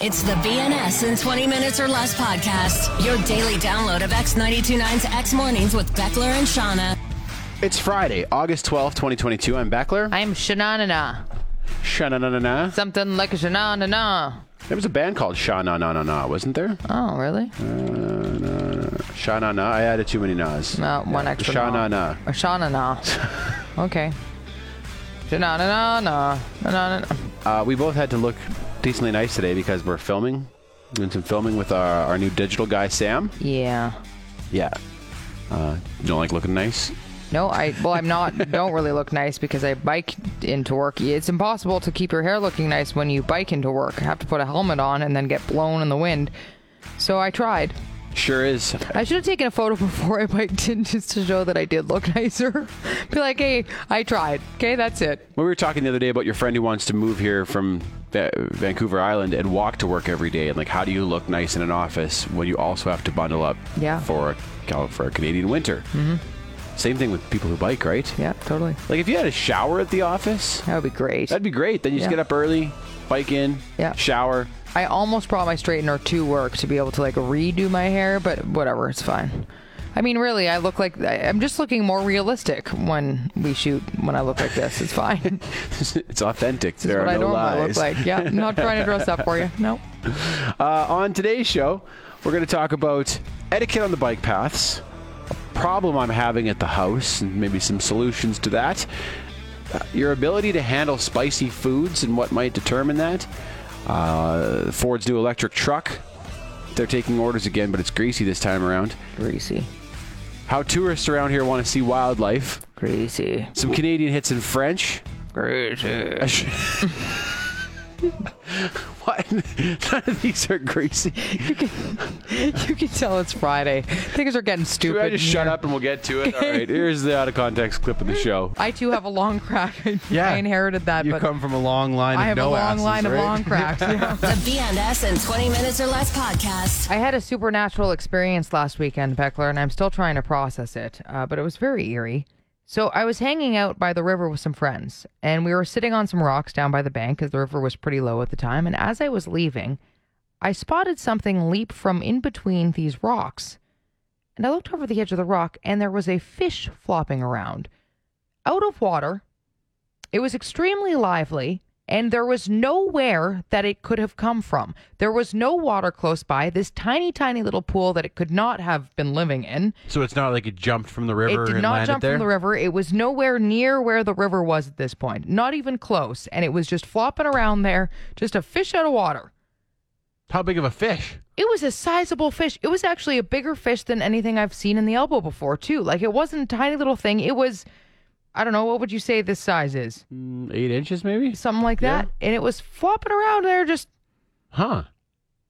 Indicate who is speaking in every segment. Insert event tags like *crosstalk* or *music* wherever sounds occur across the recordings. Speaker 1: It's the BNS in 20 Minutes or Less podcast, your daily download of X929's X Mornings with Beckler and Shauna.
Speaker 2: It's Friday, August 12th, 2022. I'm Beckler.
Speaker 3: I'm Shanana.
Speaker 2: Sha-na-na-na-na.
Speaker 3: Something like a Shanana.
Speaker 2: There was a band called Sha-na-na-na-na, wasn't there?
Speaker 3: Oh, really?
Speaker 2: Sha-na-na. I added too many nas.
Speaker 3: No, one extra.
Speaker 2: Sha-na-na.
Speaker 3: A Shanana. okay. Shanana. Shanana.
Speaker 2: Uh, we both had to look decently nice today because we're filming. Doing some filming with our, our new digital guy, Sam.
Speaker 3: Yeah.
Speaker 2: Yeah. Uh, you don't like looking nice?
Speaker 3: No, I well, I'm not. Don't really look nice because I bike into work. It's impossible to keep your hair looking nice when you bike into work. I have to put a helmet on and then get blown in the wind. So I tried.
Speaker 2: Sure is.
Speaker 3: I should have taken a photo *laughs* before I biked in just to show that I did look *laughs* nicer. Be like, hey, I tried. Okay, that's it.
Speaker 2: When we were talking the other day about your friend who wants to move here from Va- Vancouver Island and walk to work every day, and like, how do you look nice in an office when you also have to bundle up
Speaker 3: Yeah.
Speaker 2: for a Cal- for a Canadian winter? Mm-hmm. Same thing with people who bike, right?
Speaker 3: Yeah, totally.
Speaker 2: Like, if you had a shower at the office,
Speaker 3: That would be great.
Speaker 2: that'd be great. Then you just
Speaker 3: Yeah.
Speaker 2: get up early, bike in,
Speaker 3: Yeah.
Speaker 2: shower. *laughs*
Speaker 3: I almost brought my straightener to work to be able to like redo my hair, but whatever, it's fine. I mean, really, I look like I- I'm just looking more realistic when we shoot when I look like this. It's fine. *laughs*
Speaker 2: it's authentic.
Speaker 3: This is
Speaker 2: there
Speaker 3: what
Speaker 2: are
Speaker 3: I
Speaker 2: no
Speaker 3: normally
Speaker 2: lies.
Speaker 3: look like. Yeah, I'm not trying to dress up for you. No.
Speaker 2: Uh, on today's show, we're going to talk about etiquette on the bike paths, a problem I'm having at the house, and maybe some solutions to that, uh, your ability to handle spicy foods and what might determine that, uh, Ford's new electric truck. They're taking orders again, but it's greasy this time around.
Speaker 3: Greasy,
Speaker 2: How tourists around here want to see wildlife.
Speaker 3: greasy,
Speaker 2: Some Canadian hits in French. *laughs*
Speaker 3: greasy. *laughs*
Speaker 2: what? *laughs* None of these are greasy.
Speaker 3: You can tell it's Friday. Things are getting
Speaker 2: Should I
Speaker 3: stupid.
Speaker 2: just
Speaker 3: in
Speaker 2: shut
Speaker 3: here.
Speaker 2: up and we'll get to it? All right, here's the out of context clip of the show.
Speaker 3: I too have a long crack. *laughs*
Speaker 4: Yeah.
Speaker 3: I inherited that, *laughs*
Speaker 4: You
Speaker 3: but
Speaker 4: come from a long line
Speaker 3: I
Speaker 4: of
Speaker 3: have
Speaker 4: no
Speaker 3: a long
Speaker 4: asses,
Speaker 3: line
Speaker 4: right?
Speaker 3: of long cracks. Yeah.
Speaker 1: The BNS in 20 Minutes or Less podcast.
Speaker 3: I had a supernatural experience last weekend, Beckler, and I'm still trying to process it, uh, but it was very eerie. So I was hanging out by the river with some friends, and we were sitting on some rocks down by the bank because the river was pretty low at the time. And as I was leaving, I spotted something leap from in between these rocks. And I looked over the edge of the rock, and there was a fish flopping around out of water. It was extremely lively, and there was nowhere that it could have come from. There was no water close by, this tiny, tiny little pool that it could not have been living in.
Speaker 4: So it's not like it jumped from the river
Speaker 3: It did
Speaker 4: and
Speaker 3: not
Speaker 4: landed
Speaker 3: jump
Speaker 4: there.
Speaker 3: from the river. It was nowhere near where the river was at this point, not even close. And it was just flopping around there, just a fish out of water.
Speaker 4: How big of a fish?
Speaker 3: It was a sizable fish. It was actually a bigger fish than anything I've seen in the elbow before, too. Like, it wasn't a tiny little thing. It was, I don't know, what would you say this size is?
Speaker 2: Eight inches, maybe?
Speaker 3: something like that. And it was flopping around there. Just
Speaker 4: Huh.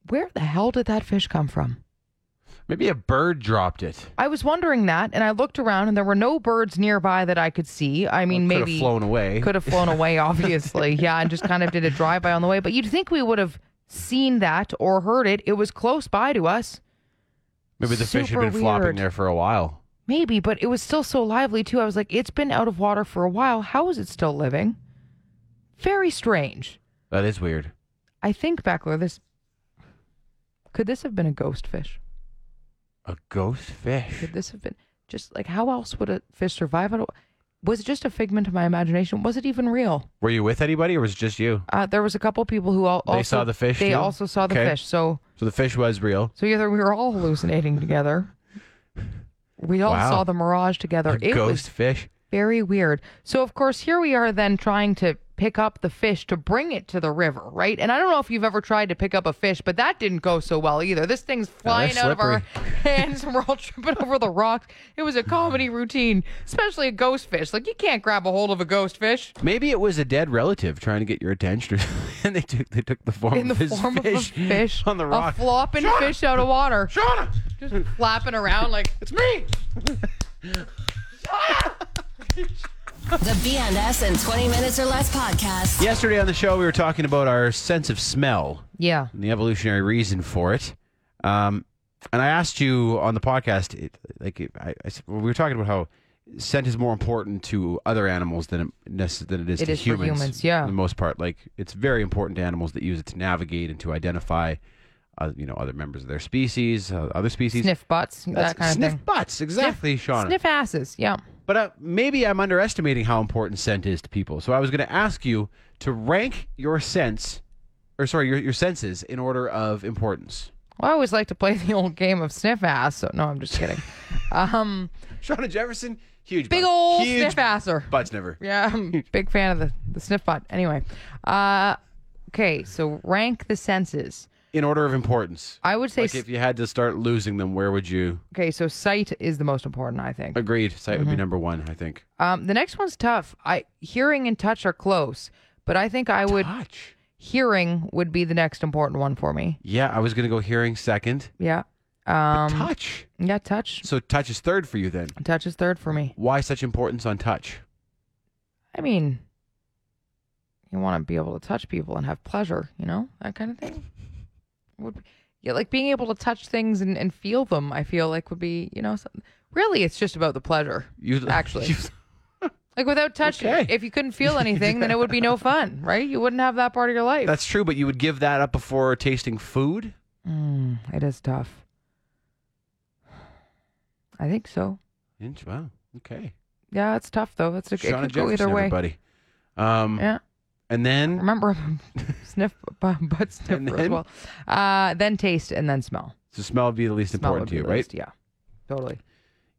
Speaker 3: where the hell did that fish come from?
Speaker 4: Maybe a bird dropped it.
Speaker 3: I was wondering that, and I looked around, and there were no birds nearby that I could see. I mean,
Speaker 4: Could
Speaker 3: maybe
Speaker 4: have flown away.
Speaker 3: could have flown
Speaker 4: *laughs*
Speaker 3: away, obviously, yeah, and just kind of did a drive by on the way. But you'd think we would have seen that or heard it. It was close by to us,
Speaker 4: Maybe the fish had
Speaker 3: Super
Speaker 4: been flopping
Speaker 3: weird.
Speaker 4: there for a while.
Speaker 3: maybe, but it was still so lively too. I was like, it's been out of water for a while. How is it still living? Very strange.
Speaker 4: That is weird.
Speaker 3: I think Beckler, this could this have been a ghost fish?
Speaker 4: A ghost fish.
Speaker 3: Could this have been just like how else would a fish survive? I don't- Was it just a figment of my imagination? Was it even real?
Speaker 4: Were you with anybody or was it just you?
Speaker 3: Uh, there was a couple people who all
Speaker 4: They
Speaker 3: also,
Speaker 4: saw the fish,
Speaker 3: They
Speaker 4: too?
Speaker 3: also saw the
Speaker 4: Okay.
Speaker 3: fish. So
Speaker 4: So the fish was real.
Speaker 3: so either we were all hallucinating together. We all
Speaker 4: Wow.
Speaker 3: saw the mirage together.
Speaker 4: A
Speaker 3: it
Speaker 4: ghost
Speaker 3: was
Speaker 4: fish.
Speaker 3: very weird. So of course here we are then trying to pick up the fish to bring it to the river, right? And I don't know if you've ever tried to pick up a fish, but that didn't go so well either. This thing's flying out of our *laughs* hands and we're all tripping over the rocks. It was a comedy routine, especially a ghost fish. Like you can't grab a hold of a ghost fish
Speaker 4: Maybe it was a dead relative trying to get your attention, *laughs* or and they took they took the form
Speaker 3: in the
Speaker 4: of *laughs* this
Speaker 3: form
Speaker 4: fish,
Speaker 3: *laughs* of a fish
Speaker 4: on the rock.
Speaker 3: a flopping fish out of water,
Speaker 4: Shauna,
Speaker 3: just flapping around like
Speaker 4: it's me.
Speaker 1: The BNS in 20 Minutes or Less podcast.
Speaker 4: Yesterday on the show, we were talking about our sense of smell.
Speaker 3: yeah.
Speaker 4: and the evolutionary reason for it. Um, and I asked you on the podcast, it, like I, I s- we were talking about how scent is more important to other animals than it, nece- than it is
Speaker 3: It
Speaker 4: to
Speaker 3: is for
Speaker 4: humans.
Speaker 3: humans, yeah.
Speaker 4: for the most part, like it's very important to animals that use it to navigate and to identify, uh, you know, other members of their species, uh, other species.
Speaker 3: Sniff butts, that kind
Speaker 4: sniff
Speaker 3: of thing.
Speaker 4: butts, exactly, Sean.
Speaker 3: Sniff asses, yeah.
Speaker 4: But uh, maybe I'm underestimating how important scent is to people. So I was going to ask you to rank your scents, or sorry, your, your senses in order of importance.
Speaker 3: Well, I always like to play the old game of sniff ass, so no, I'm just kidding.
Speaker 4: *laughs*
Speaker 3: um,
Speaker 4: Shauna Jefferson, huge
Speaker 3: big
Speaker 4: butt.
Speaker 3: old
Speaker 4: huge
Speaker 3: sniff asser.
Speaker 4: butt sniffer.
Speaker 3: Yeah, I'm a big fan of the, the sniff bot. Anyway, uh, okay, so rank the senses.
Speaker 4: In order of importance.
Speaker 3: I would say,
Speaker 4: Like if you had to start losing them, where would you?
Speaker 3: okay, so sight is the most important, I think.
Speaker 4: Agreed. Sight
Speaker 3: Mm-hmm.
Speaker 4: would be number one, I think.
Speaker 3: Um, the next one's tough. I hearing and touch are close, but I think I would
Speaker 4: Touch.
Speaker 3: hearing would be the next important one for me.
Speaker 4: Yeah, I was gonna go hearing second.
Speaker 3: Yeah, um,
Speaker 4: touch.
Speaker 3: yeah, touch.
Speaker 4: So touch is third for you then.
Speaker 3: Touch is third for me.
Speaker 4: Why such importance on touch?
Speaker 3: I mean, you want to be able to touch people and have pleasure, you know, that kind of thing.
Speaker 4: *laughs*
Speaker 3: Would be, yeah, like being able to touch things and, and feel them. I feel like would be, you know, some, really, it's just about the pleasure.
Speaker 4: You
Speaker 3: Actually.
Speaker 4: *laughs* you-
Speaker 3: Like without touching,
Speaker 4: Okay.
Speaker 3: if you couldn't
Speaker 4: *laughs*
Speaker 3: feel anything, then it would be no fun, right? You wouldn't have that part of your life.
Speaker 4: that's true, but you would give that up before tasting food.
Speaker 3: Mm, it is tough. I think so.
Speaker 4: Inch- Wow. Okay.
Speaker 3: Yeah, it's tough though. It's it
Speaker 4: Shauna
Speaker 3: could go either
Speaker 4: Jefferson,
Speaker 3: way.
Speaker 4: everybody. Um,
Speaker 3: Yeah.
Speaker 4: and then
Speaker 3: Remember, *laughs* I'm a sniff bu- butt
Speaker 4: And
Speaker 3: sniffer as
Speaker 4: then?
Speaker 3: well. Uh, then taste and then smell.
Speaker 4: so smell would be the least
Speaker 3: Smell would
Speaker 4: important to
Speaker 3: be
Speaker 4: you,
Speaker 3: the
Speaker 4: right?
Speaker 3: least, Yeah, totally.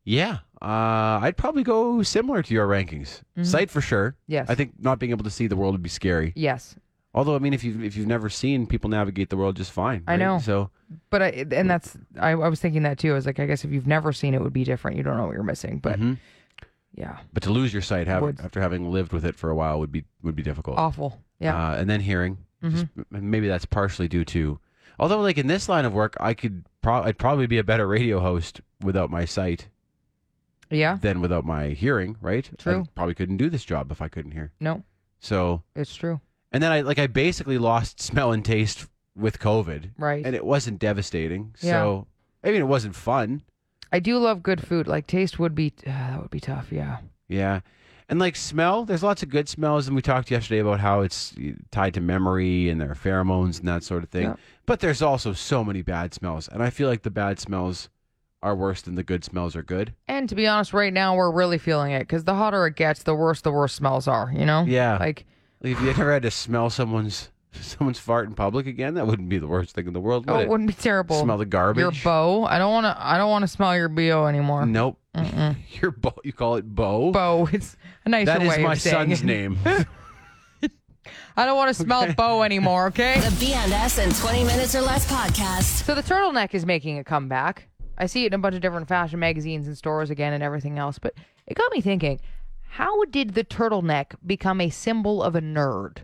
Speaker 4: Yeah. Uh, I'd probably go similar to your rankings.
Speaker 3: Mm-hmm.
Speaker 4: Sight for sure.
Speaker 3: Yes.
Speaker 4: I think not being able to see the world would be scary.
Speaker 3: Yes,
Speaker 4: Although I mean if you have if you've never seen people navigate the world just fine.
Speaker 3: I
Speaker 4: right?
Speaker 3: know.
Speaker 4: So
Speaker 3: but I and that's I, I was thinking that too. I was like, I guess if you've never seen it, it would be different. You don't know what you're missing, but
Speaker 4: Mhm.
Speaker 3: yeah,
Speaker 4: but to lose your sight have,
Speaker 3: Would-
Speaker 4: after having lived with it for a while would be would be difficult.
Speaker 3: awful. Yeah,
Speaker 4: Uh, and then hearing. Just, and maybe that's partially due to although like in this line of work I could pro- I'd probably be a better radio host without my sight
Speaker 3: yeah.
Speaker 4: than without my hearing, right? I
Speaker 3: True.
Speaker 4: probably couldn't do this job if I couldn't hear.
Speaker 3: No,
Speaker 4: So
Speaker 3: it's true.
Speaker 4: And then I like I basically lost smell and taste with COVID.
Speaker 3: Right.
Speaker 4: And it wasn't devastating. So I mean it wasn't fun.
Speaker 3: I do love good food. Like taste would be uh, that would be tough. Yeah,
Speaker 4: Yeah. And like smell, there's lots of good smells and we talked yesterday about how it's uh, tied to memory and there are pheromones and that sort of thing.
Speaker 3: Yeah.
Speaker 4: But there's also so many bad smells and I feel like the bad smells are worse than the good smells are good.
Speaker 3: and to be honest, right now we're really feeling it because the hotter it gets, the worse the worst smells are. You know?
Speaker 4: Yeah.
Speaker 3: Like
Speaker 4: Like if you
Speaker 3: *laughs*
Speaker 4: ever had to smell someone's *laughs* someone's fart in public again, that wouldn't be the worst thing in the world, would
Speaker 3: oh,
Speaker 4: it?
Speaker 3: it wouldn't be terrible.
Speaker 4: Smell the garbage.
Speaker 3: Your bow. I don't want to. I don't want to smell your bo anymore.
Speaker 4: Nope. *laughs* Your bo- you call it bow.
Speaker 3: Bo. It's a nicer
Speaker 4: That is
Speaker 3: way
Speaker 4: my
Speaker 3: of saying
Speaker 4: son's
Speaker 3: it.
Speaker 4: name.
Speaker 3: *laughs* I don't want to smell bow anymore. Okay.
Speaker 1: The BNS in 20 Minutes or Less podcast.
Speaker 3: *laughs* So the turtleneck is making a comeback. I see it in a bunch of different fashion magazines and stores again and everything else, but it got me thinking, how did the turtleneck become a symbol of a nerd?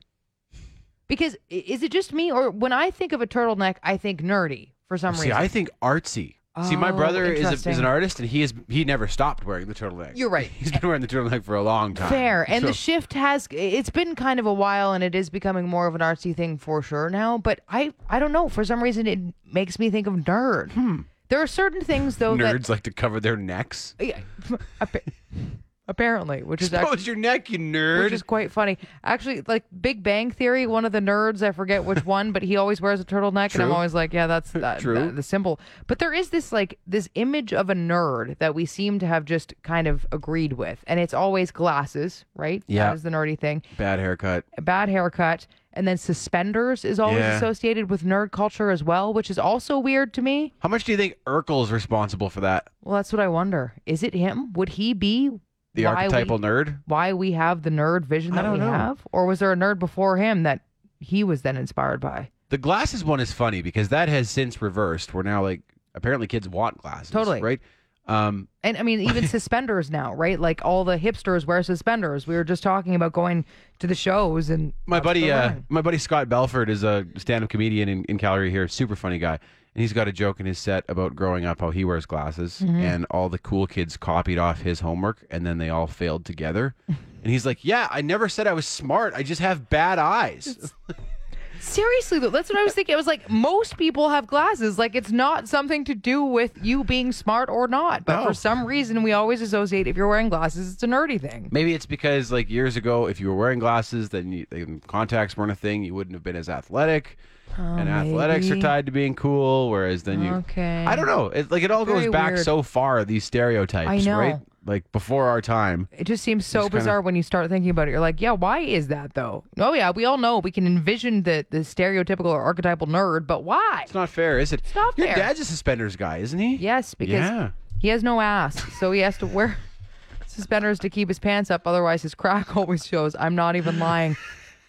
Speaker 3: Because i- is it just me or when I think of a turtleneck, I think nerdy for some
Speaker 4: See,
Speaker 3: reason.
Speaker 4: I think artsy. See, my
Speaker 3: Oh,
Speaker 4: brother is, a, is
Speaker 3: interesting.
Speaker 4: an artist, and he is he never stopped wearing the turtleneck.
Speaker 3: You're right.
Speaker 4: He's been wearing the turtleneck for a long time.
Speaker 3: Fair. And the
Speaker 4: So,
Speaker 3: shift has it's been kind of a while and it is becoming more of an artsy thing for sure now, but I I don't know, for some reason it makes me think of nerd.
Speaker 4: Hmm.
Speaker 3: There are certain things though
Speaker 4: nerds like to cover their necks.
Speaker 3: that Yeah, *laughs* appa- apparently, which is actually
Speaker 4: Expose your neck, you nerd.
Speaker 3: which is quite funny. Actually, like Big Bang Theory, one of the nerds, I forget which one, but he always wears a turtleneck, and I'm
Speaker 4: True.
Speaker 3: always like, yeah,
Speaker 4: *laughs*
Speaker 3: that's that,
Speaker 4: True.
Speaker 3: that- the symbol. But there is this like this image of a nerd that we seem to have just kind of agreed with, and it's always glasses, right?
Speaker 4: Yeah.
Speaker 3: that is the nerdy thing.
Speaker 4: Bad haircut.
Speaker 3: A bad haircut, and then suspenders is always
Speaker 4: Yeah.
Speaker 3: associated with nerd culture as well, which is also weird to me.
Speaker 4: How much do you think Urkel's responsible for that?
Speaker 3: Well, that's what I wonder. Is it him? Would he be?
Speaker 4: The
Speaker 3: why we-
Speaker 4: archetypal nerd?
Speaker 3: why we have the nerd vision
Speaker 4: I
Speaker 3: that
Speaker 4: don't
Speaker 3: we
Speaker 4: know.
Speaker 3: have? Or was there a nerd before him that he was then inspired by?
Speaker 4: The glasses one is funny because that has since reversed. We're now like apparently kids want glasses.
Speaker 3: Totally.
Speaker 4: Right. Um,
Speaker 3: And I mean,
Speaker 4: *laughs*
Speaker 3: even suspenders now, right? Like all the hipsters wear suspenders. We were just talking about going to the shows and
Speaker 4: My
Speaker 3: that's
Speaker 4: buddy,
Speaker 3: the
Speaker 4: uh,
Speaker 3: line.
Speaker 4: my buddy Scott Belford is a stand-up comedian in, in Calgary here. Super funny guy, and he's got a joke in his set about growing up how he wears glasses, and all the cool kids copied off his homework, and then they all failed together. and he's like, "Yeah, I never said I was smart. I just have bad eyes."
Speaker 3: Seriously, though, that's what I was thinking. I was like, most people have glasses. Like, it's not something to do with you being smart or not. But
Speaker 4: No.
Speaker 3: for some reason, we always associate if you're wearing glasses, it's a nerdy thing.
Speaker 4: Maybe it's because like years ago, if you were wearing glasses, then, you, then contacts weren't a thing. You wouldn't have been as athletic, and athletics are
Speaker 3: Oh, maybe.
Speaker 4: tied to being cool. Whereas then you,
Speaker 3: Okay.
Speaker 4: I don't know. It, like it all
Speaker 3: Very
Speaker 4: goes back
Speaker 3: weird.
Speaker 4: so far. These stereotypes,
Speaker 3: I know.
Speaker 4: right? Like before our time.
Speaker 3: It just seems so
Speaker 4: Just kinda-
Speaker 3: bizarre when you start thinking about it. You're like, yeah, why is that though? Oh yeah, we all know we can envision the the stereotypical or archetypal nerd, but why?
Speaker 4: It's not fair, is it? It's
Speaker 3: not
Speaker 4: Your
Speaker 3: fair.
Speaker 4: dad's a suspenders guy, isn't he?
Speaker 3: Yes, because
Speaker 4: Yeah.
Speaker 3: he has no ass, so he has to wear *laughs* suspenders to keep his pants up. Otherwise, his crack *laughs* always shows. I'm not even lying.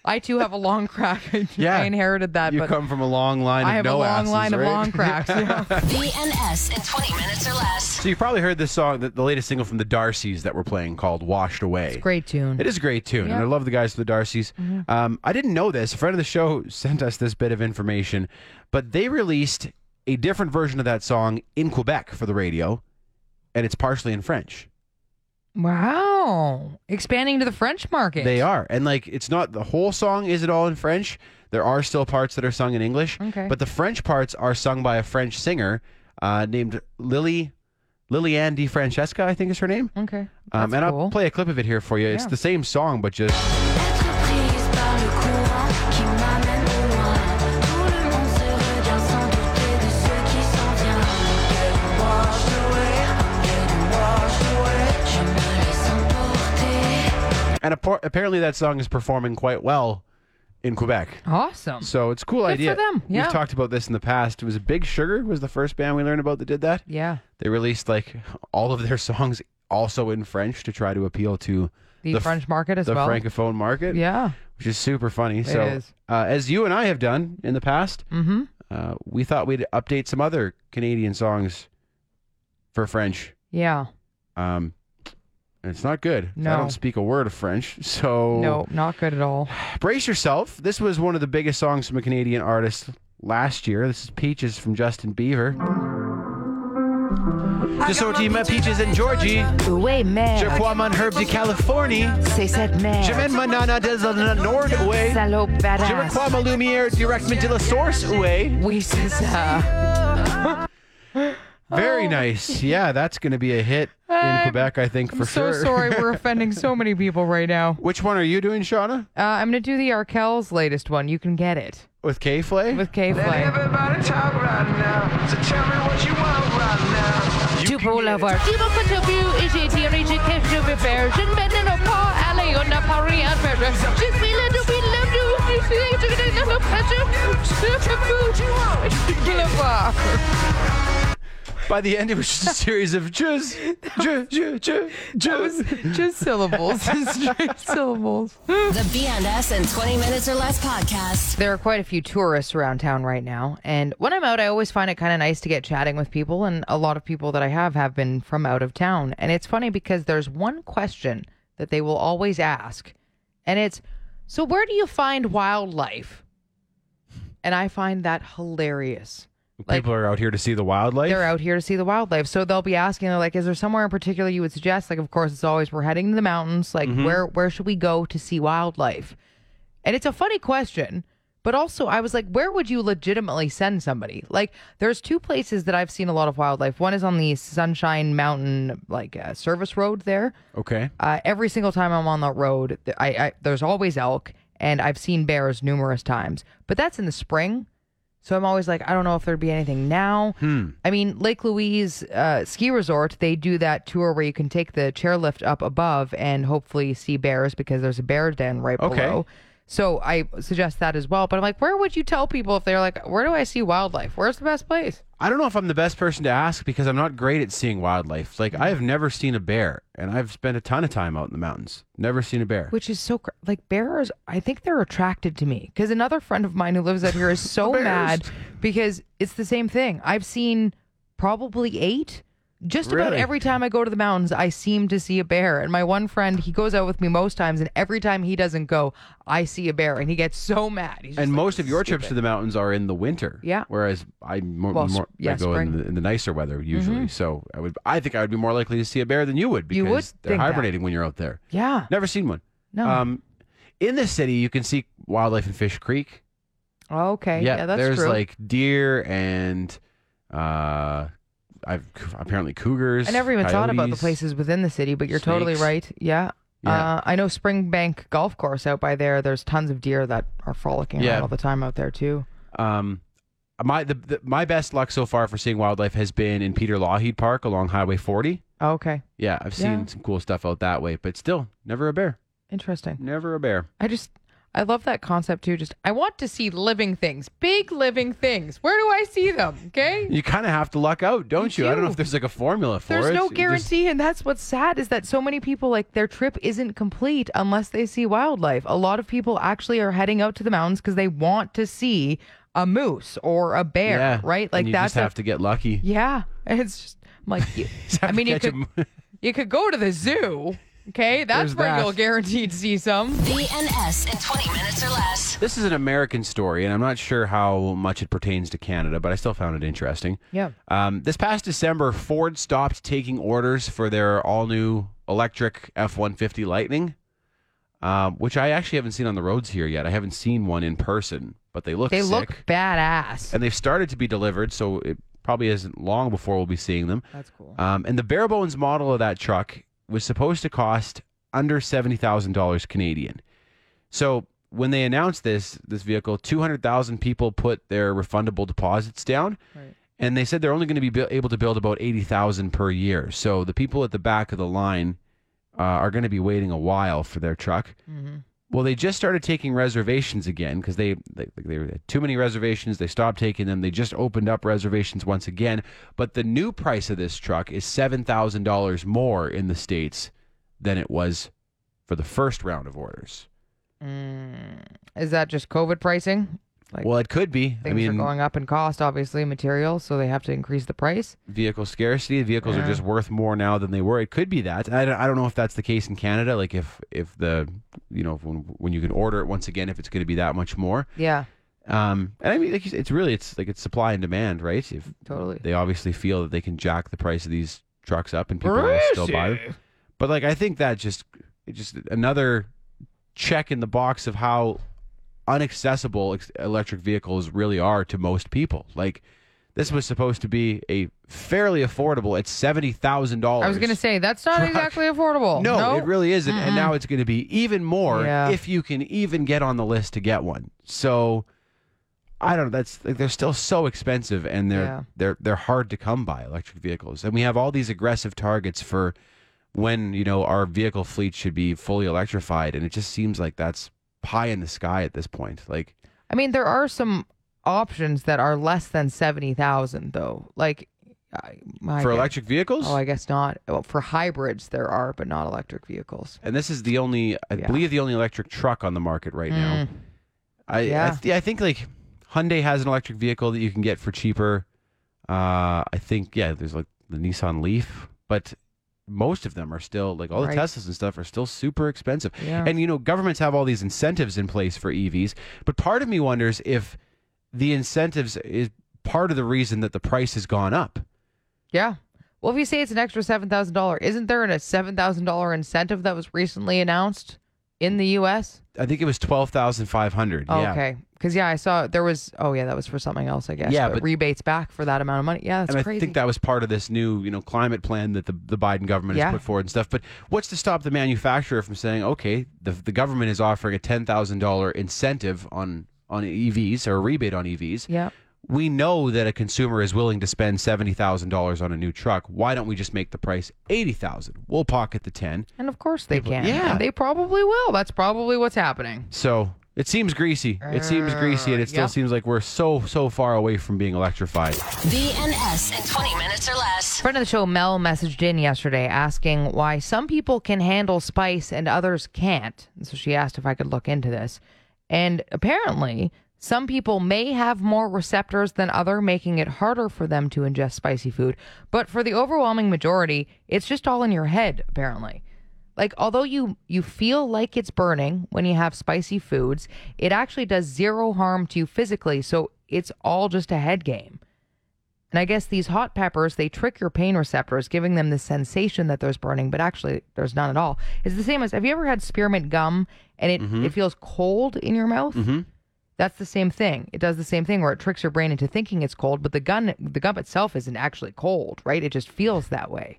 Speaker 3: I too have a long crack. *laughs* I,
Speaker 4: Yeah.
Speaker 3: I inherited that,
Speaker 4: You
Speaker 3: but
Speaker 4: come from a long line of
Speaker 3: I have a
Speaker 4: no
Speaker 3: long
Speaker 4: asses,
Speaker 3: line
Speaker 4: right?
Speaker 3: of
Speaker 4: *laughs*
Speaker 3: long cracks. yeah.
Speaker 1: BNS in 20 minutes or less.
Speaker 4: So you probably heard this song, the, the latest single from the Darcys that we're playing called "Washed Away." It's
Speaker 3: Great tune.
Speaker 4: It is a great tune, and I love the guys from the Darcys.
Speaker 3: Mm-hmm.
Speaker 4: Um, I didn't know this. A friend of the show sent us this bit of information, but they released a different version of that song in Quebec for the radio, and it's partially in French.
Speaker 3: Wow, expanding to the French market.
Speaker 4: They are, and like it's not the whole song isn't all in French. There are still parts that are sung in English,
Speaker 3: Okay.
Speaker 4: but the French parts are sung by a French singer uh, named Lily Liliane Di Francesca, I think is her name.
Speaker 3: Okay,
Speaker 4: Um,
Speaker 3: that's
Speaker 4: and
Speaker 3: cool.
Speaker 4: I'll play a clip of it here for you. It's
Speaker 3: Yeah.
Speaker 4: the same song, but just.
Speaker 5: Être prise par le courant qui m'amène au loin. Tout le monde se regarde sans douter de ce qui s'en vient. Washed away, washed away. Je me laisse emporter.
Speaker 4: And appa- apparently that song is performing quite well in Quebec.
Speaker 3: awesome.
Speaker 4: So it's a cool
Speaker 3: for
Speaker 4: idea.
Speaker 3: them, yeah.
Speaker 4: We've talked about this in the past. It was Big Sugar was the first band we learned about that did that.
Speaker 3: Yeah,
Speaker 4: They released like all of their *laughs* songs also in French to try to appeal to
Speaker 3: the,
Speaker 4: f-
Speaker 3: French market as
Speaker 4: the
Speaker 3: well.
Speaker 4: francophone market.
Speaker 3: yeah.
Speaker 4: Which is super funny. so
Speaker 3: is.
Speaker 4: Uh, as you and I have done in the past,
Speaker 3: Mm-hmm.
Speaker 4: uh, we thought we'd update some other Canadian songs for French.
Speaker 3: Yeah.
Speaker 4: Um, and it's not good. I
Speaker 3: No.
Speaker 4: don't speak a word of French, so
Speaker 3: No, not good at all.
Speaker 4: Brace yourself. This was one of the biggest songs from a Canadian artist last year. This is Peaches from Justin Bieber. Je sortis ma peaches in Georgie.
Speaker 3: Way
Speaker 4: Je
Speaker 3: man,
Speaker 4: crois mon herbe de Californie.
Speaker 3: c'est cette
Speaker 4: Je
Speaker 3: merde.
Speaker 4: mène mon nana des Nordway.
Speaker 3: Salope
Speaker 4: Je
Speaker 3: badass.
Speaker 4: reçois ma lumière directement de la source way.
Speaker 3: Oui, c'est ça. *laughs*
Speaker 4: Very nice. Yeah, that's going to be a hit in
Speaker 3: I'm-
Speaker 4: Quebec, I think, for
Speaker 3: I'm so
Speaker 4: sure.
Speaker 3: sorry
Speaker 4: *laughs*
Speaker 3: we're offending so many people right now.
Speaker 4: Which one are you doing, Shauna?
Speaker 3: Uh, I'm gonna do the Arkells latest one. You can get it
Speaker 4: With K Flay?
Speaker 3: with K Flay.
Speaker 6: Everybody talk right now. So tell me what you want right now.
Speaker 3: Tu peux l'avoir. Tu vas pas te voir et j'ai dirigé que je vais faire. Je ne vais nulle part aller, on n'a pas rien à faire. Je suis là depuis le début. Je suis là depuis le début. Je suis là depuis le début. Je peux l'avoir.
Speaker 4: By the end, it was just a
Speaker 3: *laughs*
Speaker 4: series of juz, juz, juz, juz, juz.
Speaker 3: Just syllables. *laughs* Straight syllables.
Speaker 1: The BNS in 20 minutes or less podcast.
Speaker 3: There are quite a few tourists around town right now. And when I'm out, I always find it kind of nice to get chatting with people. And a lot of people that I have have been from out of town. And it's funny because there's one question that they will always ask. And it's So, where do you find wildlife? And I find that hilarious. Like-
Speaker 4: People are out here to see the wildlife.
Speaker 3: They're out here to see the wildlife. So they'll be asking, they're like, is there somewhere in particular you would suggest? Like, of course, it's always we're heading to the mountains. Like, where where should we go to see wildlife? And it's a funny question. But also I was like, where would you legitimately send somebody? Like, there's two places that I've seen a lot of wildlife. One is on the Sunshine Mountain, like uh, service road there.
Speaker 4: Okay.
Speaker 3: Uh, every single time I'm on that road, th- I, I there's always elk, and I've seen bears numerous times. But that's in the spring, so I'm always like, I don't know if there'd be anything now. I mean, Lake Louise uh, Ski Resort, they do that tour where you can take the chairlift up above and hopefully see bears because there's a bear den right
Speaker 4: Okay.
Speaker 3: below. So I suggest that as well. But I'm like, where would you tell people if they're like, where do I see wildlife? Where's the best place?
Speaker 4: I don't know if I'm the best person to ask because I'm not great at seeing wildlife. Like I have never seen a bear, and I've spent a ton of time out in the mountains. Never seen a bear.
Speaker 3: Which is so cr- like bears. I think they're attracted to me because another friend of mine who lives out here is
Speaker 4: *laughs*
Speaker 3: so mad because it's the same thing. I've seen probably eight. Just about
Speaker 4: Really?
Speaker 3: every time I go to the mountains, I seem to see a bear. And my one friend, he goes out with me most times, and every time he doesn't go, I see a bear, and he gets so mad. He's just
Speaker 4: and
Speaker 3: like,
Speaker 4: most of your trips to
Speaker 3: "Stupid."
Speaker 4: the mountains are in the winter.
Speaker 3: Yeah.
Speaker 4: Whereas I more,
Speaker 3: Well,
Speaker 4: more
Speaker 3: sp- yeah,
Speaker 4: I go in
Speaker 3: spring. Mm-hmm.
Speaker 4: the, in the nicer weather usually. So I would I think I would be more likely to see a bear than you would because
Speaker 3: You would
Speaker 4: they're
Speaker 3: think that.
Speaker 4: hibernating when you're out there.
Speaker 3: yeah,
Speaker 4: Never seen one.
Speaker 3: no,
Speaker 4: Um, in this city, you can see wildlife in Fish Creek.
Speaker 3: Okay. Yeah, that's
Speaker 4: there's
Speaker 3: true.
Speaker 4: like deer and uh, I've apparently cougars.
Speaker 3: I never even thought about the
Speaker 4: coyotes.
Speaker 3: places within the city, but you're totally
Speaker 4: snakes.
Speaker 3: right. Yeah.
Speaker 4: Yeah.
Speaker 3: Uh, I know Springbank Golf Course out by there. There's tons of deer that are frolicking
Speaker 4: Yeah.
Speaker 3: around all the time out there too.
Speaker 4: Um, my the, the my best luck so far for seeing wildlife has been in Peter Lougheed Park along Highway 40.
Speaker 3: Oh, Okay,
Speaker 4: Yeah, I've seen
Speaker 3: Yeah.
Speaker 4: some cool stuff out that way, but still, never a bear.
Speaker 3: interesting.
Speaker 4: Never a bear.
Speaker 3: I just I love that concept too. Just I want to see living things, big living things. Where do I see them? Okay.
Speaker 4: You kind of have to luck out, don't you? I don't know
Speaker 3: do.
Speaker 4: if there's like a formula for it.
Speaker 3: There's no
Speaker 4: You just-
Speaker 3: guarantee, and that's what's sad is that so many people like their trip isn't complete unless they see wildlife. A lot of people actually are heading out to the mountains because they want to see a moose or a bear,
Speaker 4: yeah,
Speaker 3: right?
Speaker 4: and
Speaker 3: Like
Speaker 4: you
Speaker 3: that's
Speaker 4: just
Speaker 3: a-
Speaker 4: have to get lucky.
Speaker 3: Yeah, it's just I'm like
Speaker 4: *laughs*
Speaker 3: you, I mean, you
Speaker 4: Catch a
Speaker 3: could
Speaker 4: *laughs* m-
Speaker 3: you could go to the zoo. Okay, that's
Speaker 4: There's
Speaker 3: where
Speaker 4: that.
Speaker 3: you'll guaranteed see some.
Speaker 1: BNS in 20 minutes or less.
Speaker 4: This is an American story, and I'm not sure how much it pertains to Canada, but I still found it interesting.
Speaker 3: Yeah.
Speaker 4: Um, this past December, Ford stopped taking orders for their all new electric F 150 Lightning, um, which I actually haven't seen on the roads here yet. I haven't seen one in person, but they look
Speaker 3: They
Speaker 4: sick.
Speaker 3: look badass.
Speaker 4: and they've started to be delivered, so it probably isn't long before we'll be seeing them.
Speaker 3: That's cool.
Speaker 4: Um, and the bare bones model of that truck was supposed to cost under seventy thousand dollars Canadian. So when they announced this this vehicle, two hundred thousand people put their refundable deposits down,
Speaker 3: Right.
Speaker 4: and they said they're only going to be bu- able to build about eighty thousand per year. So the people at the back of the line uh, are going to be waiting a while for their truck. Well, they just started taking reservations again because they, they they had too many reservations. They stopped taking them. They just opened up reservations once again. But the new price of this truck is seven thousand dollars more in the states than it was for the first round of orders.
Speaker 3: Mm. Is that just COVID pricing? Like
Speaker 4: well, it could be. I
Speaker 3: things
Speaker 4: mean,
Speaker 3: are going up in cost, obviously materials, so they have to increase the price.
Speaker 4: vehicle scarcity. Vehicles
Speaker 3: Yeah.
Speaker 4: are just worth more now than they were. It could be that. I don't, I don't know if that's the case in Canada. Like if if the you know when when you can order it once again, if it's going to be that much more.
Speaker 3: Yeah,
Speaker 4: Um, and I mean, like you said, it's really it's like it's supply and demand, right? If
Speaker 3: Totally.
Speaker 4: they obviously feel that they can jack the price of these trucks up, and people will still buy them. But like, I think that just it just another check in the box of how unaccessible ex- electric vehicles really are to most people. Like, this was supposed to be a fairly affordable. It's seventy thousand dollars.
Speaker 3: I was gonna say that's not
Speaker 4: Truck.
Speaker 3: exactly affordable.
Speaker 4: No, it really isn't. And now it's going to be even more
Speaker 3: Yeah.
Speaker 4: if you can even get on the list to get one. So I don't know. That's like, they're still so expensive and they're
Speaker 3: Yeah.
Speaker 4: they're they're hard to come by electric vehicles. And we have all these aggressive targets for when you know our vehicle fleet should be fully electrified, and it just seems like that's pie in the sky at this point. Like
Speaker 3: I mean, there are some options that are less than seventy thousand though. Like I, my
Speaker 4: for
Speaker 3: guess-
Speaker 4: electric vehicles.
Speaker 3: Oh, I guess not. Well, for hybrids, there are, but not electric vehicles.
Speaker 4: and this is the only I
Speaker 3: Yeah. Mm.
Speaker 4: believe the only electric truck on the market right now. I
Speaker 3: Yeah.
Speaker 4: I, th- I think like Hyundai has an electric vehicle that you can get for cheaper. Uh, I think yeah, there's like the Nissan Leaf, but most of them are still like all the
Speaker 3: Right.
Speaker 4: Teslas and stuff are still super expensive.
Speaker 3: Yeah.
Speaker 4: And you know, governments have all these incentives in place for EVs, but part of me wonders if the incentives is part of the reason that the price has gone up.
Speaker 3: Yeah. Well, if you say it's an extra seven thousand dollar, isn't there a seven thousand dollar incentive that was recently announced in the U.S.?
Speaker 4: I think it was twelve thousand five hundred.
Speaker 3: Oh,
Speaker 4: yeah.
Speaker 3: Okay. Because yeah, I saw there was. Oh yeah, that was for something else, I guess.
Speaker 4: Yeah, but-
Speaker 3: rebates back for that amount of money. Yeah, that's
Speaker 4: and
Speaker 3: crazy.
Speaker 4: I think that was part of this new, you know, climate plan that the, the Biden government
Speaker 3: Yeah.
Speaker 4: has put forward and stuff. But what's to stop the manufacturer from saying, okay, the, the government is offering a ten thousand dollar incentive on on EVs or a rebate on EVs.
Speaker 3: yeah.
Speaker 4: We know that a consumer is willing to spend seventy thousand dollars on a new truck. Why don't we just make the price eighty thousand? We'll pocket the ten.
Speaker 3: And of course they can.
Speaker 4: yeah.
Speaker 3: And they probably will. That's probably what's happening.
Speaker 4: So it seems greasy. It seems
Speaker 3: Uh,
Speaker 4: greasy, and it still
Speaker 3: yeah.
Speaker 4: seems like we're so so far away from being electrified.
Speaker 1: BNS in 20 minutes or less.
Speaker 3: Friend of the show, Mel, messaged in yesterday asking why some people can handle spice and others can't. And so she asked if I could look into this. And apparently, some people may have more receptors than other, making it harder for them to ingest spicy food. But for the overwhelming majority, it's just all in your head, apparently. Like although you you feel like it's burning when you have spicy foods, it actually does zero harm to you physically. So it's all just a head game. And I guess these hot peppers, they trick your pain receptors, giving them the sensation that there's burning, but actually there's none at all.
Speaker 4: Mm-hmm.
Speaker 3: It's the same as have you ever had spearmint gum and it, it feels cold in your mouth? That's the same thing. It does the same thing where it tricks your brain into thinking it's cold, but the gun the gum itself isn't actually cold, right? It just feels that way.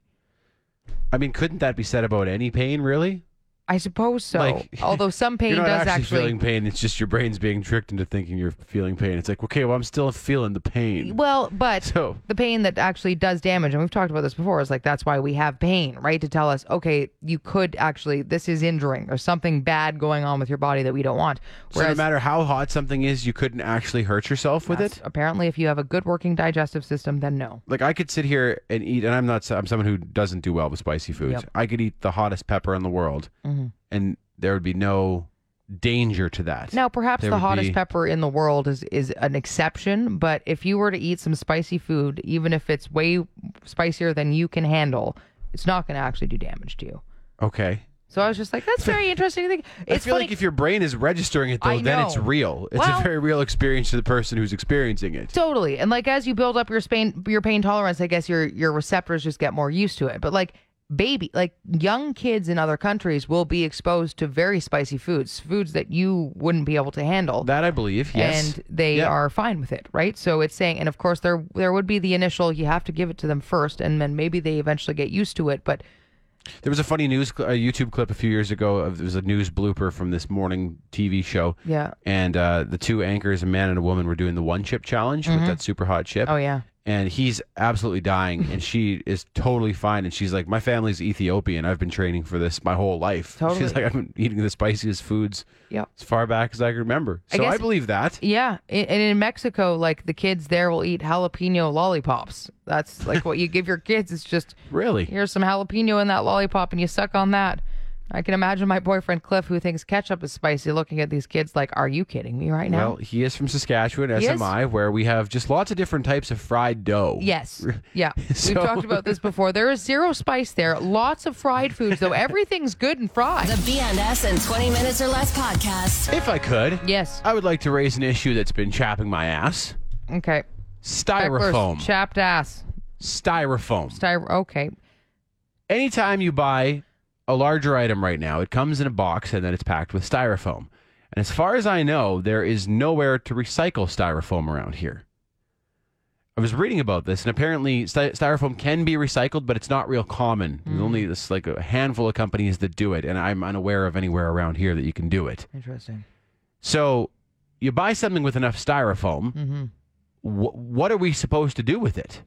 Speaker 4: I mean, couldn't that be said about any pain, really?
Speaker 3: I suppose so.
Speaker 4: Like, *laughs*
Speaker 3: Although some pain
Speaker 4: You're not
Speaker 3: does
Speaker 4: actually,
Speaker 3: actually,
Speaker 4: feeling pain. It's just your brain's being tricked into thinking you're feeling pain. It's like, okay, well, I'm still feeling the pain.
Speaker 3: well, but
Speaker 4: *laughs* So-
Speaker 3: the pain that actually does damage, and we've talked about this before, is like that's why we have pain, right? To tell us, okay, you could actually this is injuring or something bad going on with your body that we don't want.
Speaker 4: so no matter how hot something is, you couldn't actually hurt yourself with it.
Speaker 3: apparently, if you have a good working digestive system, then no.
Speaker 4: Like I could sit here and eat, and I'm not. I'm someone who doesn't do well with spicy foods.
Speaker 3: Yep. Mm-hmm.
Speaker 4: I could eat the hottest pepper in the world, and there would be no danger to that.
Speaker 3: Now, perhaps
Speaker 4: There
Speaker 3: the
Speaker 4: would
Speaker 3: hottest
Speaker 4: be-
Speaker 3: pepper in the world is is an exception, but if you were to eat some spicy food, even if it's way spicier than you can handle, it's not going to actually do damage to you.
Speaker 4: Okay.
Speaker 3: So I was just like, that's
Speaker 4: *laughs*
Speaker 3: very interesting thing. It's
Speaker 4: I feel
Speaker 3: funny-
Speaker 4: like if your brain is registering it though,
Speaker 3: I
Speaker 4: then it's
Speaker 3: know.
Speaker 4: real. It's
Speaker 3: Well-
Speaker 4: a very real experience to the person who's experiencing it.
Speaker 3: Totally. And like as you build up your pain your pain tolerance, I guess your your receptors just get more used to it. But like baby, like young kids in other countries will be exposed to very spicy foods, foods that you wouldn't be able to handle.
Speaker 4: That I believe. Yes.
Speaker 3: and they
Speaker 4: Yeah.
Speaker 3: are fine with it, right? So it's saying, and of course there there would be the initial you have to give it to them first, and then maybe they eventually get used to it. But
Speaker 4: There was a funny news, cl- a YouTube clip a few years ago. Of, there was a news blooper from this morning TV show.
Speaker 3: Yeah.
Speaker 4: And uh, the two anchors, a man and a woman, were doing the one chip challenge with that super hot chip.
Speaker 3: Mm-hmm. oh yeah,
Speaker 4: And he's absolutely dying, and she is totally fine. And she's like, "My family's Ethiopian. I've been training for this my whole life."
Speaker 3: Totally.
Speaker 4: She's like, "I've been eating the spiciest foods
Speaker 3: Yep.
Speaker 4: as far back as I can remember." So I,
Speaker 3: guess-
Speaker 4: believe that.
Speaker 3: yeah. I- And in Mexico, like the kids there will eat jalapeno lollipops. That's like what you give your kids. It's just
Speaker 4: Really?
Speaker 3: here's some jalapeno in that lollipop, and you suck on that. I can imagine my boyfriend Cliff, who thinks ketchup is spicy, looking at these kids like, "Are you kidding me right now?"
Speaker 4: Well, he is from Saskatchewan, as
Speaker 3: He is?
Speaker 4: am I, where we have just lots of different types of fried dough. *laughs*
Speaker 3: Yes. Yeah.
Speaker 4: So-
Speaker 3: We've talked about this before. There is zero spice there. Lots of fried foods, though. Everything's good and
Speaker 1: The
Speaker 3: fried.
Speaker 1: BNS and 20 Minutes or Less podcast.
Speaker 4: If I could,
Speaker 3: *laughs* Yes.
Speaker 4: I would like to raise an issue that's been chapping my ass.
Speaker 3: Okay. Beckler's
Speaker 4: Styrofoam.
Speaker 3: Chapped ass.
Speaker 4: Styrofoam.
Speaker 3: Styro. Okay.
Speaker 4: Anytime you buy a larger item right now, it comes in a box and then it's packed with styrofoam. And as far as I know, there is nowhere to recycle styrofoam around here. I was reading about this, and apparently sty- styrofoam can be recycled, but it's not real common. There's only this like a handful of companies that do it, and I'm unaware of anywhere around here that you can do it.
Speaker 3: Interesting.
Speaker 4: So you buy something with enough styrofoam. Wh- what are we supposed to do with it?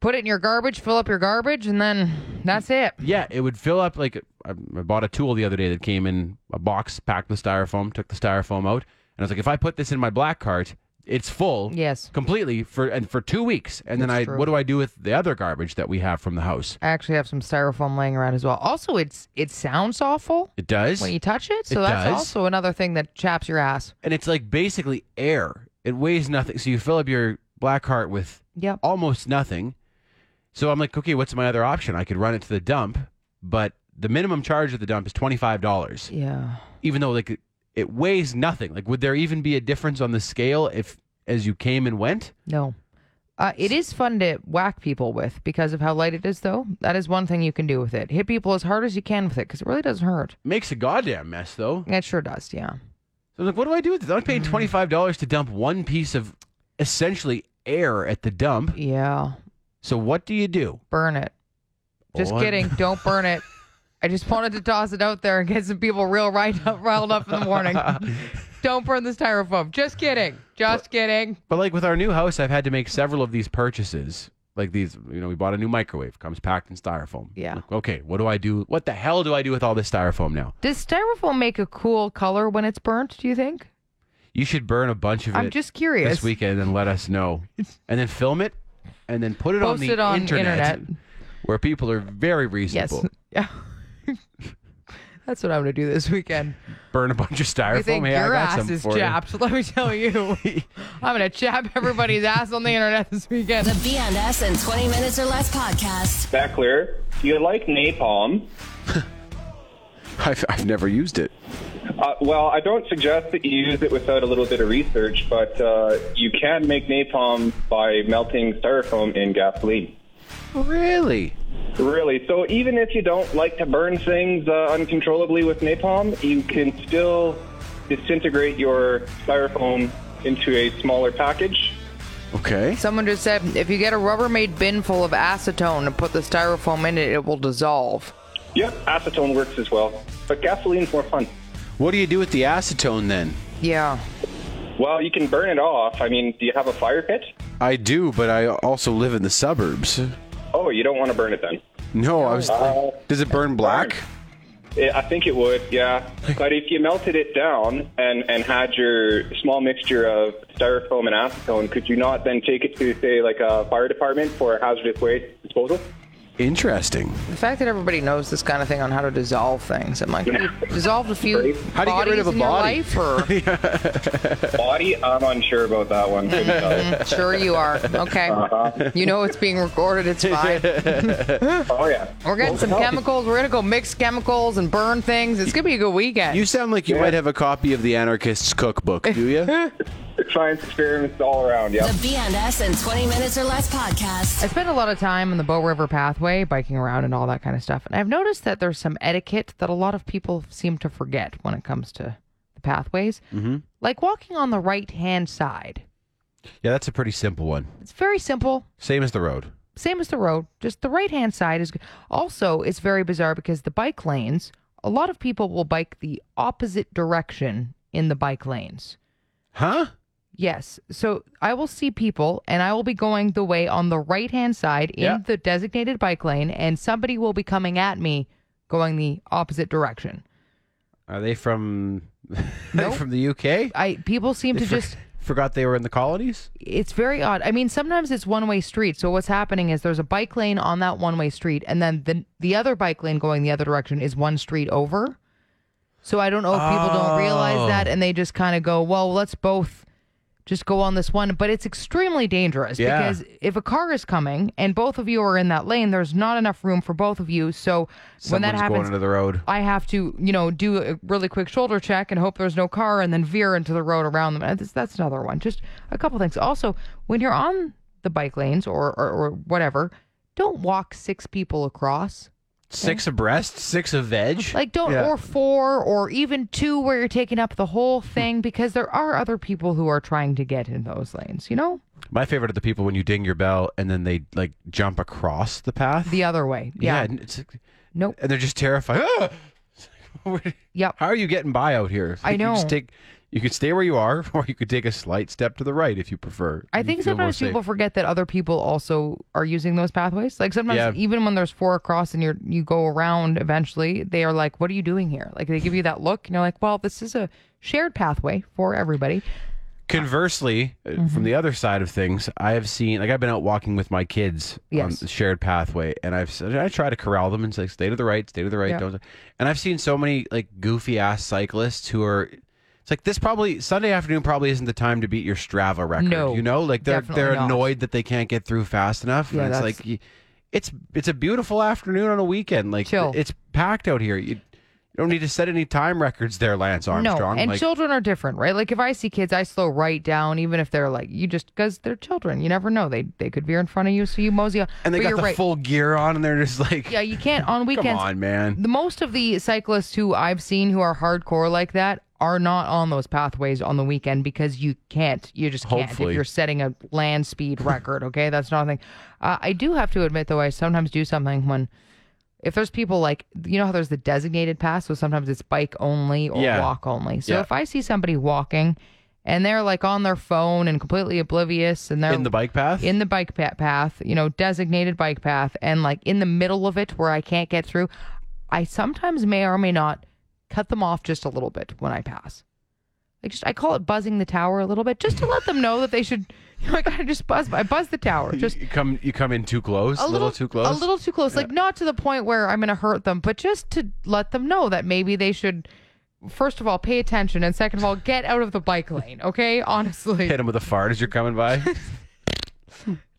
Speaker 3: Put it in your garbage, fill up your garbage, and then that's it.
Speaker 4: Yeah, it would fill up. Like I, I bought a tool the other day that came in a box packed with styrofoam. Took the styrofoam out, and I was like, if I put this in my black cart, it's full.
Speaker 3: Yes.
Speaker 4: completely for and for two weeks. And then I,
Speaker 3: That's true.
Speaker 4: what do I do with the other garbage that we have from the house?
Speaker 3: I actually have some styrofoam laying around as well. Also, it's it sounds awful
Speaker 4: It does,
Speaker 3: when you touch it. So
Speaker 4: It
Speaker 3: that's
Speaker 4: does.
Speaker 3: also another thing that chaps your ass.
Speaker 4: and it's like basically air. It weighs nothing, so you fill up your black cart with
Speaker 3: Yep.
Speaker 4: almost nothing. So I'm like, okay, what's my other option? I could run it to the dump, but the minimum charge at the dump is twenty five dollars.
Speaker 3: Yeah.
Speaker 4: Even though like it, it weighs nothing. Like would there even be a difference on the scale if as you came and went?
Speaker 3: No. Uh, it is fun to whack people with because of how light it is, though. That is one thing you can do with it. Hit people as hard as you can with it because it really doesn't hurt.
Speaker 4: Makes a goddamn mess though.
Speaker 3: It sure does, yeah.
Speaker 4: So I'm like, what do I do with this? I'm paying twenty five dollars to dump one piece of essentially air at the dump.
Speaker 3: Yeah.
Speaker 4: So what do you do?
Speaker 3: Burn it. Just
Speaker 4: What?
Speaker 3: kidding. Don't burn it. I just wanted to toss it out there and get some people real riled up, riled up in the
Speaker 4: *laughs*
Speaker 3: morning. Don't burn the styrofoam. Just kidding. Just kidding.
Speaker 4: But like with our new house, I've had to make several of these purchases. Like these, you know, we bought a new microwave, comes packed in styrofoam.
Speaker 3: Yeah.
Speaker 4: Like, okay, what do I do? What the hell do I do with all this styrofoam now?
Speaker 3: Does styrofoam make a cool color when it's burnt, do you think?
Speaker 4: You should burn a bunch of
Speaker 3: I'm
Speaker 4: it
Speaker 3: just curious.
Speaker 4: this weekend and let us know, and then film it, and then put it
Speaker 3: Post
Speaker 4: on the
Speaker 3: it on
Speaker 4: internet,
Speaker 3: internet.
Speaker 4: where people are very reasonable.
Speaker 3: Yes. *laughs* Yeah. That's what I'm going to do this weekend.
Speaker 4: Burn a bunch of styrofoam.
Speaker 3: You think
Speaker 4: hey,
Speaker 3: your
Speaker 4: I got
Speaker 3: ass
Speaker 4: some
Speaker 3: is
Speaker 4: for you.
Speaker 3: chapped? Let me tell you,
Speaker 4: *laughs*
Speaker 3: I'm gonna chap everybody's ass on the internet this
Speaker 1: The
Speaker 3: weekend.
Speaker 1: BNS and 20 Minutes or Less podcast.
Speaker 7: Beckler, you like napalm.
Speaker 2: I've, I've never used it.
Speaker 7: Uh, well, I don't suggest that you use it without a little bit of research, but uh, you can make napalm by melting styrofoam in gasoline.
Speaker 4: Really?
Speaker 7: Really, so even if you don't like to burn things uh, uncontrollably with napalm, you can still disintegrate your styrofoam into a smaller package.
Speaker 2: Okay.
Speaker 3: Someone just said if you get a Rubbermaid bin full of acetone and put the styrofoam in it, it will dissolve.
Speaker 7: Yep, acetone works as well, but gasoline's more fun.
Speaker 2: What do you do with the acetone then?
Speaker 3: Yeah.
Speaker 7: Well, you can burn it off. I mean, do you have a fire pit?
Speaker 2: I do, but I also live in the suburbs.
Speaker 7: Oh, you don't want to burn it then.
Speaker 2: No, I was.
Speaker 7: Uh,
Speaker 2: does it burn black?
Speaker 7: Yeah, I think it would, yeah. But if you melted it down and, and had your small mixture of styrofoam and acetone, could you not then take it to, say, like a fire department for hazardous waste disposal?
Speaker 2: Interesting.
Speaker 3: The fact that everybody knows this kind of thing on how to dissolve things, I'm like,
Speaker 7: Yeah.
Speaker 3: you dissolved a few
Speaker 2: How do you get
Speaker 3: bodies
Speaker 2: rid of a
Speaker 3: in your
Speaker 2: body?
Speaker 3: life, or
Speaker 7: Body, I'm unsure about that one.
Speaker 3: *laughs*
Speaker 7: Couldn't *laughs* tell.
Speaker 3: sure you are. Okay,
Speaker 7: Uh-huh.
Speaker 3: you know it's being recorded. *laughs* It's fine.
Speaker 7: oh, yeah.
Speaker 3: We're getting some chemicals. We're gonna go mix chemicals and burn things. It's gonna be a good weekend.
Speaker 2: You sound like you might have a copy of the Anarchist's Cookbook, do you?
Speaker 7: Science experiments all around,
Speaker 1: The
Speaker 7: yeah.
Speaker 1: BNS in 20 minutes or less podcast.
Speaker 3: I spend a lot of time on the Bow River pathway, biking around and all that kind of stuff. And I've noticed that there's some etiquette that a lot of people seem to forget when it comes to the pathways, mm-hmm. like walking on the right hand side.
Speaker 4: Yeah, that's a pretty simple one.
Speaker 3: It's very simple,
Speaker 4: Same as the road.
Speaker 3: same as the road, just the right hand side is. Also, it's very bizarre because the bike lanes, a lot of people will bike the opposite direction in the bike lanes.
Speaker 4: Huh?
Speaker 3: Yes. So I will see people and I will be going the way on the right hand side in
Speaker 4: Yeah.
Speaker 3: the designated bike lane, and somebody will be coming at me going the opposite direction.
Speaker 4: Are they from *laughs*
Speaker 3: Nope.
Speaker 4: from the UK?
Speaker 3: I people seem to just
Speaker 4: Forgot they were in the colonies?
Speaker 3: it's very odd. I mean, sometimes it's one way street. So what's happening is there's a bike lane on that one way street, and then the the other bike lane going the other direction is one street over. So I don't know if people don't realize that,
Speaker 4: Oh.
Speaker 3: and they just kind of go, "Well, let's both just go on this one." But it's extremely dangerous
Speaker 4: Yeah.
Speaker 3: because if a car is coming and both of you are in that lane, there's not enough room for both of you. So when that
Speaker 4: Someone's
Speaker 3: happens,
Speaker 4: going into the road.
Speaker 3: I have to, you know, do a really quick shoulder check and hope there's no car and then veer into the road around them. That's, that's another one. Just a couple things. Also, when you're on the bike lanes or, or, or whatever, don't walk six people across.
Speaker 4: Six abreast, six of veg.
Speaker 3: Like, don't,
Speaker 4: Yeah.
Speaker 3: or four, or even two where you're taking up the whole thing because there are other people who are trying to get in those lanes, you know?
Speaker 4: My favorite are the people when you ding your bell and then they like jump across the path.
Speaker 3: The other way. Yeah.
Speaker 4: and it's like-
Speaker 3: Nope.
Speaker 4: and they're just terrified. Ah! It's like, where-
Speaker 3: Yep.
Speaker 4: How are you getting by out here? It's
Speaker 3: I
Speaker 4: like You, just
Speaker 3: know.
Speaker 4: take, you could stay where you are, *laughs* or you could take a slight step to the right if you prefer.
Speaker 3: I
Speaker 4: and you
Speaker 3: think
Speaker 4: feel more
Speaker 3: sometimes people
Speaker 4: safe.
Speaker 3: forget that other people also are using those pathways. Like sometimes
Speaker 4: Yeah.
Speaker 3: even when there's four across and you're you go around eventually, they are like, What are you doing here? Like they give you that look and you're like, Well, this is a shared pathway for everybody.
Speaker 4: Conversely, uh, from
Speaker 3: Mm-hmm.
Speaker 4: the other side of things, I have seen like I've been out walking with my kids on
Speaker 3: Yes.
Speaker 4: the shared pathway, and I've s- I try to corral them and say stay to the right, stay to the right,
Speaker 3: Yeah.
Speaker 4: don't. And I've seen so many like goofy ass cyclists who are. It's like this probably Sunday afternoon probably isn't the time to beat your Strava record.
Speaker 3: No,
Speaker 4: you know, like they're
Speaker 3: definitely
Speaker 4: they're
Speaker 3: not.
Speaker 4: annoyed that they can't get through fast enough.
Speaker 3: Yeah,
Speaker 4: and it's
Speaker 3: that's-
Speaker 4: like y- it's it's a beautiful afternoon on a weekend. Like
Speaker 3: Chill.
Speaker 4: it's packed out here. You, you don't need to set any time records there, Lance Armstrong.
Speaker 3: No, and
Speaker 4: like,
Speaker 3: children are different, right? Like if I see kids, I slow right down, even if they're like you just because they're children. You never know; they they could veer in front of you, so you mosey. on.
Speaker 4: and they
Speaker 3: But
Speaker 4: got
Speaker 3: you're
Speaker 4: the
Speaker 3: right.
Speaker 4: full gear on, and they're just like,
Speaker 3: Yeah, you can't on
Speaker 4: Come
Speaker 3: weekends.
Speaker 4: on, man.
Speaker 3: the most of the cyclists who I've seen who are hardcore like that are not on those pathways on the weekend because you can't. You just can't.
Speaker 4: Hopefully.
Speaker 3: If you're setting a land speed record, okay, that's not a thing. Uh, I do have to admit though, I sometimes do something when. If there's people like you know how there's the designated path, so sometimes it's bike only or
Speaker 4: Yeah.
Speaker 3: walk only. So
Speaker 4: Yeah.
Speaker 3: if I see somebody walking and they're like on their phone and completely oblivious and they're
Speaker 4: In the bike path?
Speaker 3: in the bike pa- path, you know, designated bike path, and like in the middle of it where I can't get through, I sometimes may or may not cut them off just a little bit when I pass. Like just I call it buzzing the tower a little bit, just to let them know that they should. *laughs* You know, I gotta just buzz. I buzz the tower, just
Speaker 4: *laughs* you come you come in too close, a little, too close.
Speaker 3: a little too close. Like not to the point where I'm going to hurt them, but just to let them know that maybe they should, first of all, pay attention, and second of all, get out of the bike lane. Okay, honestly,
Speaker 4: Hit him with a fart as you're
Speaker 3: *laughs*
Speaker 4: coming by.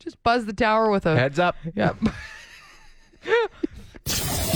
Speaker 3: just buzz the tower with a
Speaker 4: Heads up.
Speaker 3: Yep.